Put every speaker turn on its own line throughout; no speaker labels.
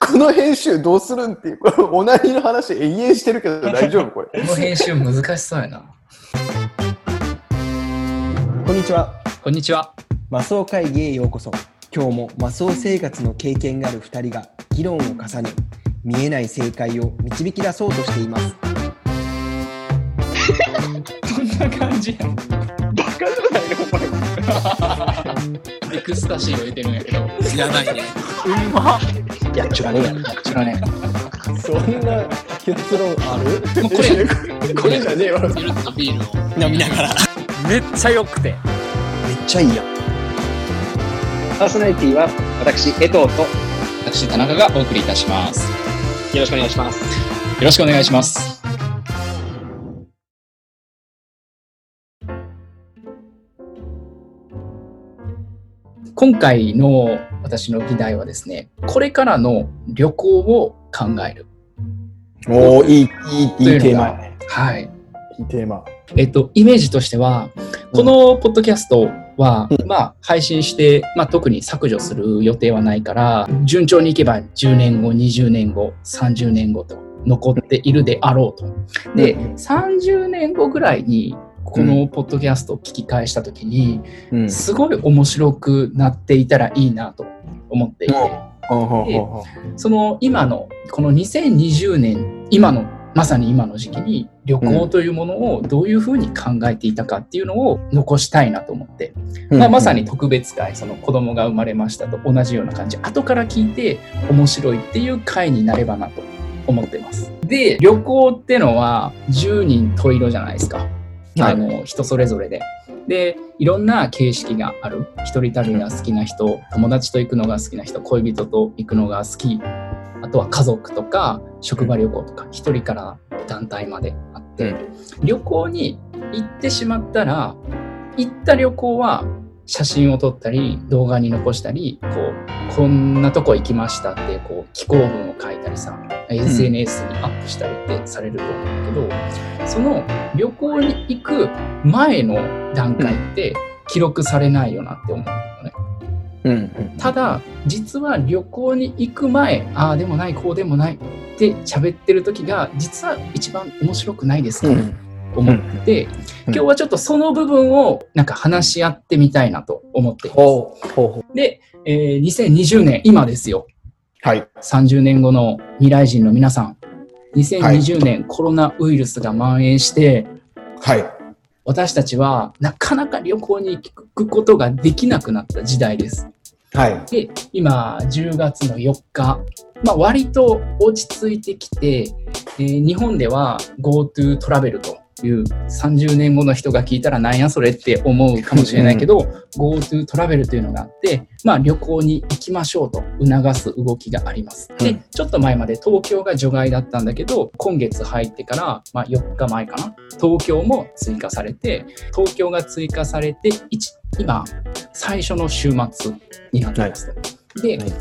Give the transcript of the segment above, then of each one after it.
この編集どうするんっていう、これオナニーの話永遠してるけど大丈夫これ。
この編集難しそうやな。
こんにちは。
こんにちは。
マスオ会議へようこそ。今日もマスオ生活の経験がある2人が議論を重ね、見えない正解を導き出そうとしています。
こんな感じやん。
バカじゃないのこれ。
エクスタシーを得てるんやけど。やばいね。
やっちょらねえ
知らね
そんな結論ある
もうこれ
これじゃねえわ。
え。ゆるっとビールを。
飲みながら。
めっちゃ良くて
めっちゃいいやん。
パーソナリティは私、江藤とよ
私、田中がお送りいたします。よ
ろしくお願いします。
ろしくお願いします。今回の私の議題はですね、これからの旅行を考える。
おおいい、いい、いい
とい
テ
う
ー
の
マ
が
やね。
はい。
いいテーマ。
えっと、イメージとしては、このポッドキャストは、まあ、配信して、まあ、特に削除する予定はないから、順調にいけば10年後、20年後、30年後と残っているであろうと。で、
う
30年後ぐらいに、このポッドキャストを聞き返した時に、
うん。うん
すごい面白くなっていたらいいなと思っていて、
ほうほうほ
その今のこの2020年今のまさに今の時期に旅行というものをどういうふうに考えていたかっていうのを残したいなと思って、
う
まあ、まさに。特別会その子供が生まれましたと同じような感じ後から聞いて面白いっていう回になればなと思ってます。で旅行ってのは10人十色じゃないですか。
はい
あの人それぞれで。でいろんな形式がある一人旅が好きな人友達と行くのが好きな人恋人と行くのが好きあとは家族とか職場旅行とか一人から団体まであって、旅行に行ってしまったら行った旅行は写真を撮ったり動画に残したりこうこんなとこ行きましたってこう寄稿文を書いたりさ SNS にアップしたりってされると思うんだけど、その旅行に行く前の段階って記録されないよなって思うのね。
うんうん。
ただ実は旅行に行く前ああでもないこうでもないって喋ってる時が実は一番面白くないですか、
うん
と思って、
うん
今日はちょっとその部分をなんか話し合ってみたいなと思っています。
ほうほうほう。
で、えー2020年今ですよ
はい。
30年後の未来人の皆さん2020年、コロナウイルスが蔓延して
はい。
私たちはなかなか旅行に行くことができなくなった時代です。
はい。
で今10月の4日、まあ、割と落ち着いてきて、えー日本では GoTo トラベルという30年後の人が聞いたらなんやそれって思うかもしれないけど GoTo トラベルというのがあって、まあ、旅行に行きましょうと促す動きがあります。
う
で
ん
ちょっと前まで東京が除外だったんだけど今月入ってから、まあ、4日前かな東京も追加されて東京が追加されて一今最初の週末になってますと。で、
はい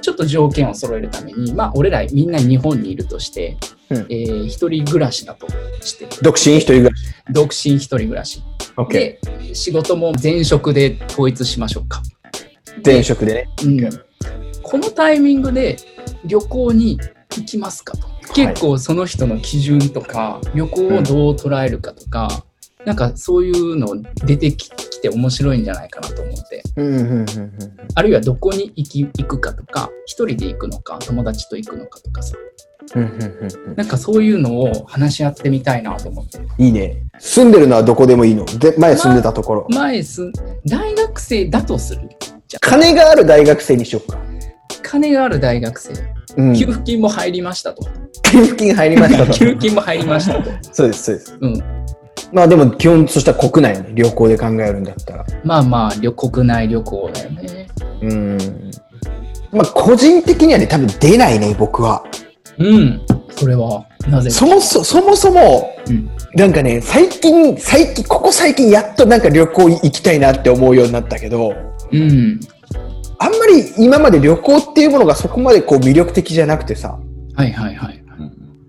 ちょっと条件を揃えるために、まあ、俺らみんな日本にいるとして、
うん
えー一人暮らしだとして、
独身一人暮らし。
独身一人暮らし。
オッケ
で、仕事も前職で統一しましょうか。
ー。前職でね。
うん、このタイミングで旅行に行きますかと。結構その人の基準とか、旅行をどう捉えるかとか、なんかそういうの出てききて面白いんじゃないかなと思って。
うんうんうん
あるいはどこに行き行くかとか、一人で行くのか、友達と行くのかとかさ、
うん。うんうんうん
なんかそういうのを話し合ってみたいなと思って。
うん。いいね。住んでるのはどこでもいいの。で、前住んでたところ。
前すん、大学生だとする。
金がある大学生にしよっか。
金がある大学生、
うん。
給
給
付金も入りましたと。
付金入り ました
給
と。
付金も入りま したと。
そうです、そうです。
うん。
まあでも基本、そしたら国内よね。旅行で考えるんだったら。
まあまあ、旅国内旅行だよね。
うん。まあ個人的にはね、多分出ないね、僕は。
うん。それは、なぜ
そもそそもそも、
うん
なんかね、最近、最近、ここ最近やっとなんか旅行行きたいなって思うようになったけど、
うん。
あんまり今まで旅行っていうものがそこまでこう魅力的じゃなくてさ、
はいはいはい。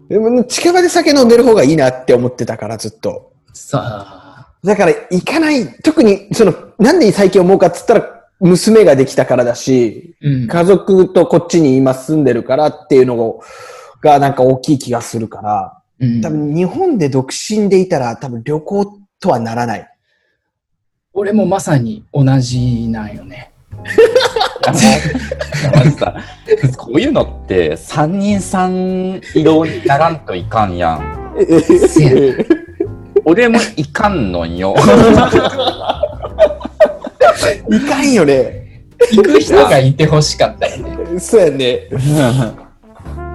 でも近場で酒飲んでる方がいいなって思ってたからずっと。
さあ、
だから行かない、特にその、なんで最近思うかっつったら、娘ができたからだし、
うん。
家族とこっちに今住んでるからっていうのが、なんか大きい気がするから、
うん
多分日本で独身でいたら多分旅行とはなら ない。
俺もまさに同じなんよ ね。
あのまずさこういうのって3人三色にならんといかんやん
せや
俺もいかんのんよ
いかんよね。
行く人がいてほしかったよね。
そうやね。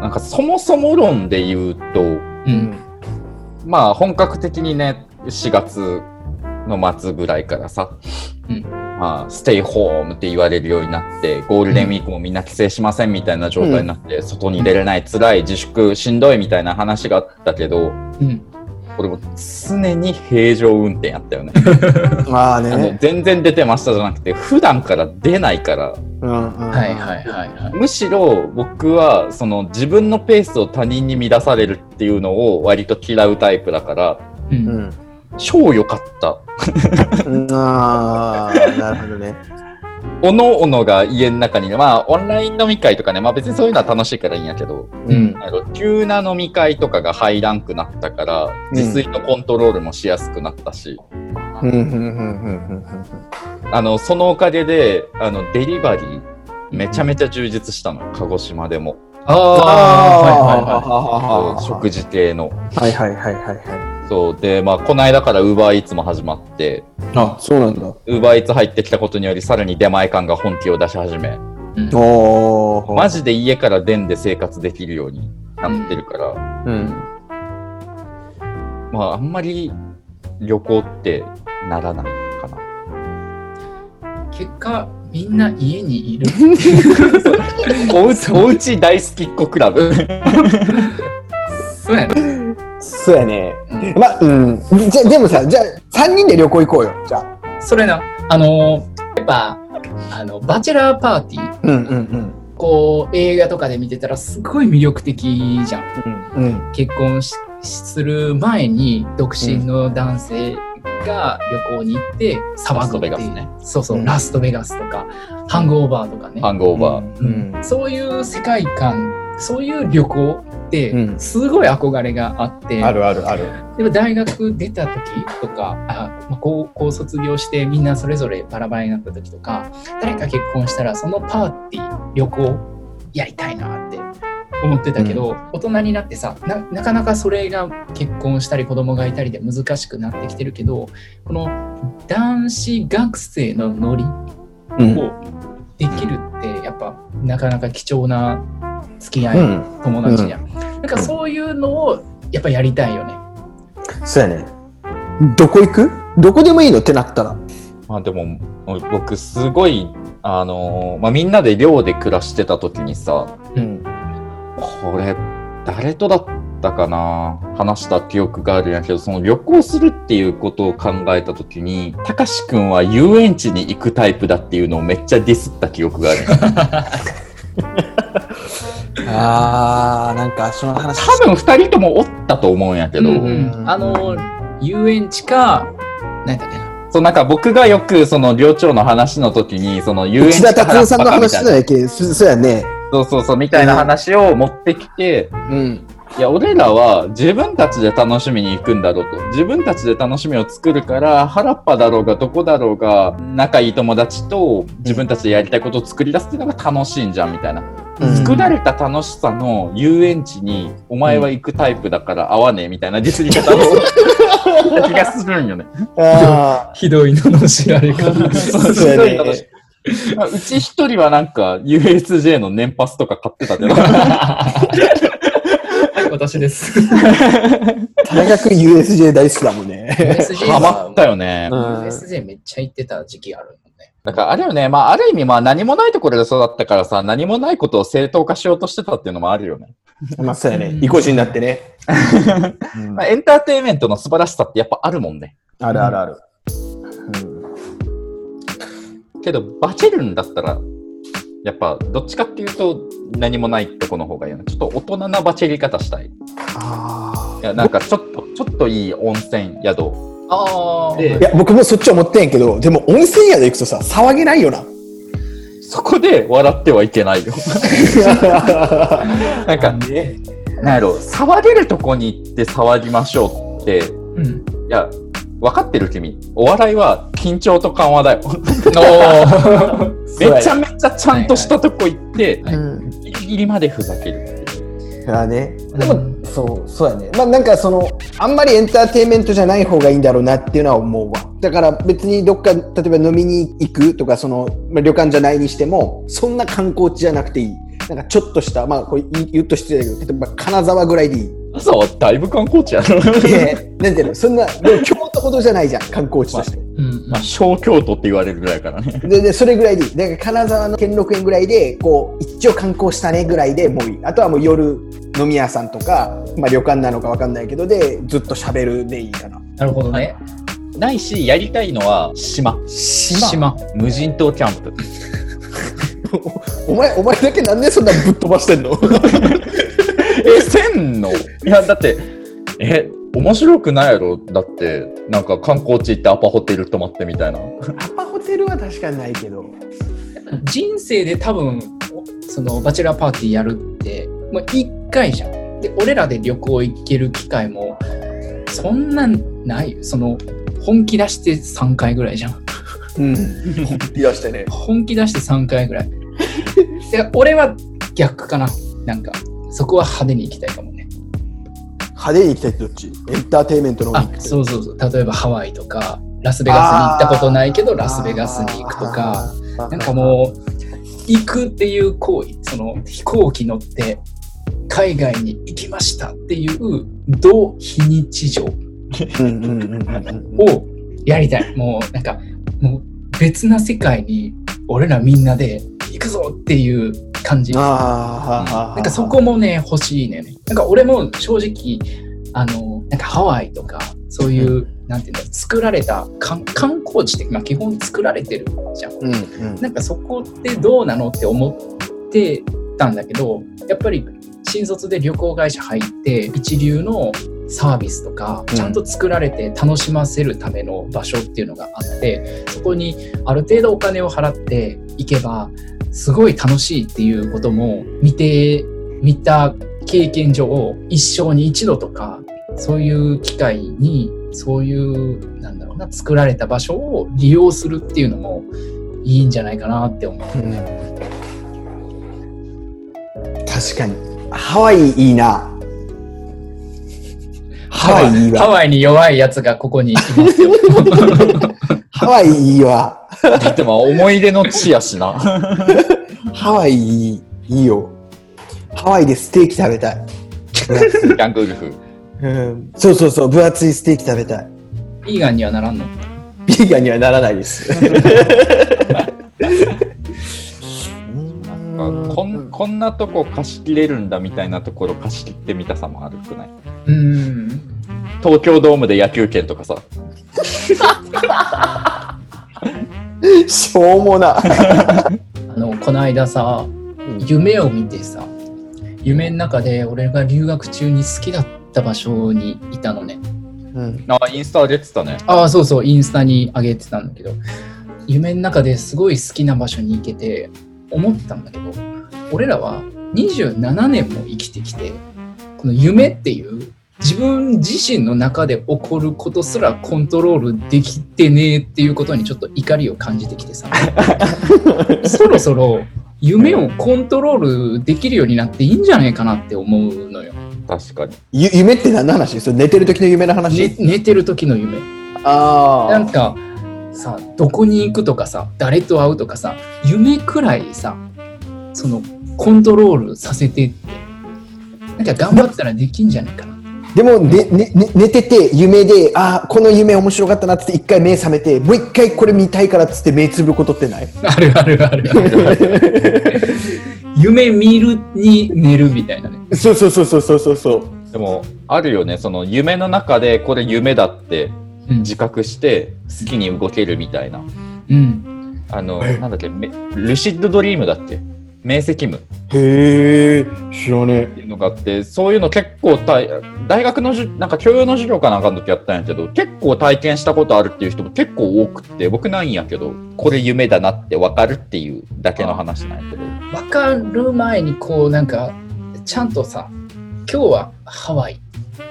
なんかそもそも論で言うと
うん。
まあ本格的にね4月の末ぐらいからさ、
うん
まあ、ステイホームって言われるようになってゴールデンウィークもみんな帰省しませんみたいな状態になって、外に出れない辛い自粛しんどいみたいな話があったけ
う
ど
ん。
俺も常に平常運転やったよね
まあ
あの
ね。
全然出てましたじゃなくて普段から出ないから
は
はいはいはいはい。
むしろ僕はその自分のペースを他人に乱されるっていうのを割と嫌うタイプだから
う。
うんん。
超良かった
うんああ、なるほど ね。
おのおのが家の中にねまあオンライン飲み会とかねまあ別にそういうのは楽しいからいいんやけど
うん。
あの急な飲み会とかが入らんくなったから自炊のコントロールもしやすくなったし、
うんうんうんうんうんうん
あのそのおかげであのデリバリーめちゃめちゃ充実したの鹿児島でも
あ
ああ、はいはいはい
あ、はいはいはい。
そう食事系の
はいはいはい。
そうでまあこの間からウーバーイーツも始まって
あ、そうなんだ。
ウーバーイーツ入ってきたことによりさらに出前感が本気を出し始め
おー。
マジで家から出んで生活できるようになってるから、
うん。
まああんまり旅行ってならないかな。
結果、みんな家にい る。
おうちおうち大好きっ子クラブ。
そうやね。
そうやね。
うん
ま、うん。じゃ、でもさ、じゃあ、3人で旅行行こうよ。じゃあ。
それな、あのー、やっぱ、あの、バチェラーパーティー、
うんうん
こう、映画とかで見てたらすごい魅力的じゃん。
うん。うん。
結婚しする前に、独身の男性が旅行に行って、
ラ
騒
スト
ぐ
ベ
っ
ガ
て
ス
いう
ね。
そうそうう、
ん
ラストベガスとか、ハングオーバーとかね。
ハングオーバー。
うん。
そういう世界観そういう旅行って
うん
すごい憧れがあって、
るあるある。
でも大学出た時とかあ、まあ、高校卒業してみんなそれぞれバラバラになった時とか誰か結婚したらそのパーティー旅行やりたいなって思ってたけど、大人になってさななかなかそれが結婚したり子供がいたりで難しくなってきてるけどこの男子学生のノリ
うん。
をできるってやっぱなかなか貴重な付き合い、
うん。
友達や、なんかそういうのをやっぱやりたいよね
そうやね。どこ行くどこでもいいのってなったら。
まあでも僕すごいあのーまあみんなで寮で暮らしてた時にさ、
うん。
これ誰とだったかな話した記憶があるんやけど、その旅行するっていうことを考えた時に、たかしくんは遊園地に行くタイプだっていうのをめっちゃディスった記憶がある。
あー、なんかその話。
多分二人ともおったと思うんやけど、
うんうんあの遊園地か何だっけな
そうなんか僕がよくその寮長の話の時にその遊園地
内田達夫さんの
からバカ
話じゃ
みたいな
ないけそそうやね。
そうそうそうみたいな話を持ってきて、
うん。
いや俺らは自分たちで楽しみに行くんだろうと自分たちで楽しみを作るから原っぱだろうがどこだろうが仲いい友達と自分たちでやりたいことを作り出すっていうのが楽しいんじゃんみたいな、
うん
作られた楽しさの遊園地にお前は行くタイプだから合わねえみたいなディスり方を気がするんよね。
あ
ひどいのの知られ 方
そうやね
まあうち一人はなんか USJ の年パスとか買って たけど、
はい私です
ー。大学 USJ 大好きだもんね。
USJ
ハマ ったよね。
うん
USJ めっちゃ行ってた時期あるもんね
だからあれよね、まあある意味まあ何もないところで育ったからさ、何もないことを正当化しようとしてたっていうのもあるよね。
まあそうやね
う。ん
意固地になってね。うん
まあ、エンターテインメントの素晴らしさってやっぱあるもんね。
あるあるある。
けど、バチェルンだったら、やっぱどっちかっていうと何もないとこの方がいいよね。ちょっと大人なバチェり方したい。い
あ
や、なんかちょっと、ちょっといい温泉宿
ああ
いや僕もそっちは思ってんやけどでも温泉宿行くとさ騒げないよな
そこで笑ってはいけないよ。なんか、
ね、
なんやろ、騒げるとこに行って騒ぎましょうって、い
うん。
や、分かってる君。お笑いは緊張と緩和 だよ。 めちゃめちゃちゃんとしたとこ行って、
はい
うん
ギリギリまでふざけるっていう。
あねで
う
もそうそうやねまあなんかそのあんまりエンターテインメントじゃない方がいいんだろうなっていうのは思うわだから別にどっか例えば飲みに行くとかその、まあ、旅館じゃないにしてもそんな観光地じゃなくていいなんかちょっとしたまあこれ言う言うと失礼だけど例えば金沢ぐらい でいい
朝はだいぶ観光 地やな。
でなんていうのそんなでも京都ほどじゃないじゃん観光地として
うん。
まあ、小京都って言われるぐらいからね。
ででそれぐらいでいいだから金沢の兼六園ぐらいでこう一応観光したねぐらいでもういいあとはもう夜飲み屋さんとか、まあ、旅館なのかわかんないけどでずっとしゃべるでいいかな
なるほどね。
ないし、やりたいのは島。
島
島。
無人島キャンプ。
お前お前だけなんでそんなぶっ飛ばしてんの
え、せんのいや、だって、え、面白くないやろだって、なんか観光地行ってアパホテル泊まってみたい な。
アパホテルは確かにないけど
人生で多分そのバチェラーパーティーやるってもう1回じゃん。で俺らで旅行行ける機会もそんなんないその本気出して3回ぐらいじゃん。
うんいらしてね
本気出して3回 ぐらい。で俺は逆かな。なんかそこは派手に行きたいかもね。
派手に行きたいってどっちエンターテインメントの方に
あ
行きたい
そうそうそう例えばハワイとかラスベガスに行ったことないけどラスベガスに行くとか。
あー
なんかもう行くっていう行為その飛行機乗って海外に行きましたっていう同非日常を
うんうんうんうんうん
やりたいもうなんかもう別な世界に俺らみんなで行くぞっていう感じな
あーはーはーはー
んかそこもね欲しいねなんか俺も正直あのなんかハワイとかそういう、なんていうんだろう作られた観観光地って、まあ、基本作られてるじゃん
うんうん
なんかそこってどうなのって思ってたんだけどやっぱり新卒で旅行会社入って一流のサービスとか
うん
ちゃんと作られて楽しませるための場所っていうのがあってそこにある程度お金を払っていけばすごい楽しいっていうことも見てみた経験上一生に一度とかそういう機会にそういうなんだろうな作られた場所を利用するっていうのもいいんじゃないかなって思う。
確かにハワイいいなハワイいい
ハ
わ
ワイに弱いやつがここにいます よ。
ハワイいいわ
だってまあ思い出の地やしな。
ハワイいいいいよハワイでステーキ食べたい、
ヤングウルフ。
うん、そうそうそう分厚いステーキ食べたい
ビーガンにはならんの。
ビーガンにはならないです
なんかこんこんなとこ貸し切れるんだみたいなところ貸し切ってみたさも悪くない
うん。
東京ドームで野球券とかさ
しょうもな
あのこの間さ、夢を見てさ、夢の中で俺が留学中に好きだった場所にいたのね。
うん
あインスタ上げてたね
ああそうそうインスタに上げてたんだけど夢の中ですごい好きな場所に行けて思ったんだけど俺らは27年も生きてきてこの夢っていう自分自身の中で起こることすらコントロールできてねえっていうことにちょっと怒りを感じてきてさそろそろ夢をコントロールできるようになっていいんじゃないかなって思うのよ、
確かに
ゆ夢って何の話それ寝てる時の夢の話、
ね、寝てる時の夢
あ
なん
あ
かさどこに行くとかさ誰と会うとかさ夢くらいさそのコントロールさせてってなんか頑張ったらできんじゃないかな
でも、ねねね、寝てて夢でああこの夢面白かったなっつって一回目覚めてもう一回これ見たいからっつって目つぶことってない
あるあるあるある 夢見るに寝るみたいなね
そうそうそうそうそうそうそう
でもあるよねその夢の中でこれ夢だって
うん
自覚して好きに動けるみたいな
うん
あのなんだっけめルシッドドリームだっけ明晰夢っ
へえ、知らね
ていうのがあってそういうの結構大大学のじゅなんか教養の授業かなんかの時やったんやけど結構体験したことあるっていう人も結構多くって僕ないんやけどこれ夢だなって分かるっていうだけの話なんやけど
分かる前にこうなんかちゃんとさ今日はハワイ
え。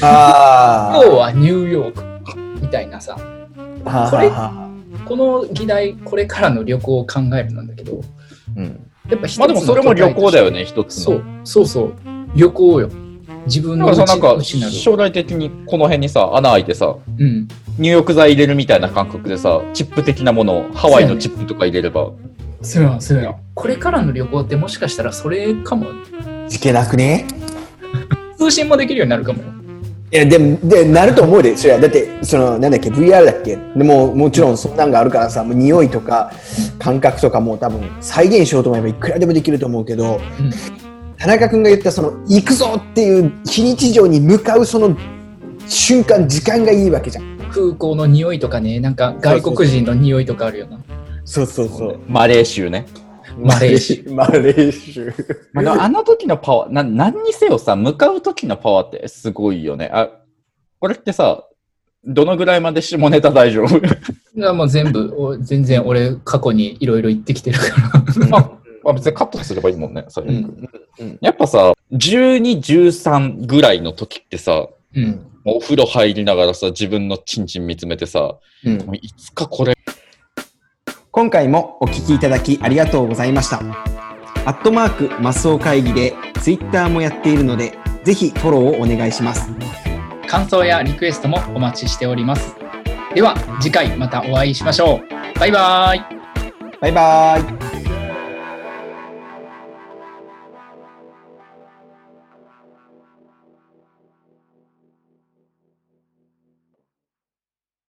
あ
今日はニューヨークみたいなさ
あ。
これ
は
この議題これからの旅行を考えるなんだけど
うん、
やっぱ一つ
まあでもそれも旅行だよ
ね
ね一つの。
そうそうそう旅行よ自分
だ
の
から
内
さなんか
内なる
将来的にこの辺にさ穴開いてさ
うん
入浴剤入れるみたいな感覚でさチップ的なものをハワイのチップとか入れれば
そうやんそうやんこれからの旅行ってもしかしたらそれかも
いけなくね
通信もできるようになるかもよ
いやでもでなると思うでそれはだってそのなんだっけ VR だっけでももちろんそんなんがあるからさもう匂いとか感覚とかもう多分再現しようと思えばいくらでもできると思うけど、
うん
田中君が言ったその行くぞっていう非日常に向かうその瞬間時間がいいわけじゃん
空港の匂いとかねなんか外国人の匂いとかあるよな
そうそうそう
マレーシュね。
マレーシ
アマレーシ ア
まあ、でもあの時のパワーな、何にせよさ、向かう時のパワーってすごいよね。あ、これってさ、どのぐらいまで下ネタ大丈夫
いやもう全部お全然俺過去にいろいろ行ってきてるから
ま あ、別にカットすればいいもんね、最悪
うん
やっぱさ、12、13ぐらいの時ってさ、
うん
お風呂入りながらさ、自分のチンチン見つめてさ、
うん
もういつかこれ、
今回もお聞きいただきありがとうございました。アットマークマスオ会議で Twitter もやっているので、ぜひフォローをお願いします。
感想やリクエストもお待ちしておりますでは次回またお会いしましょうバイバイ
バイバーイ。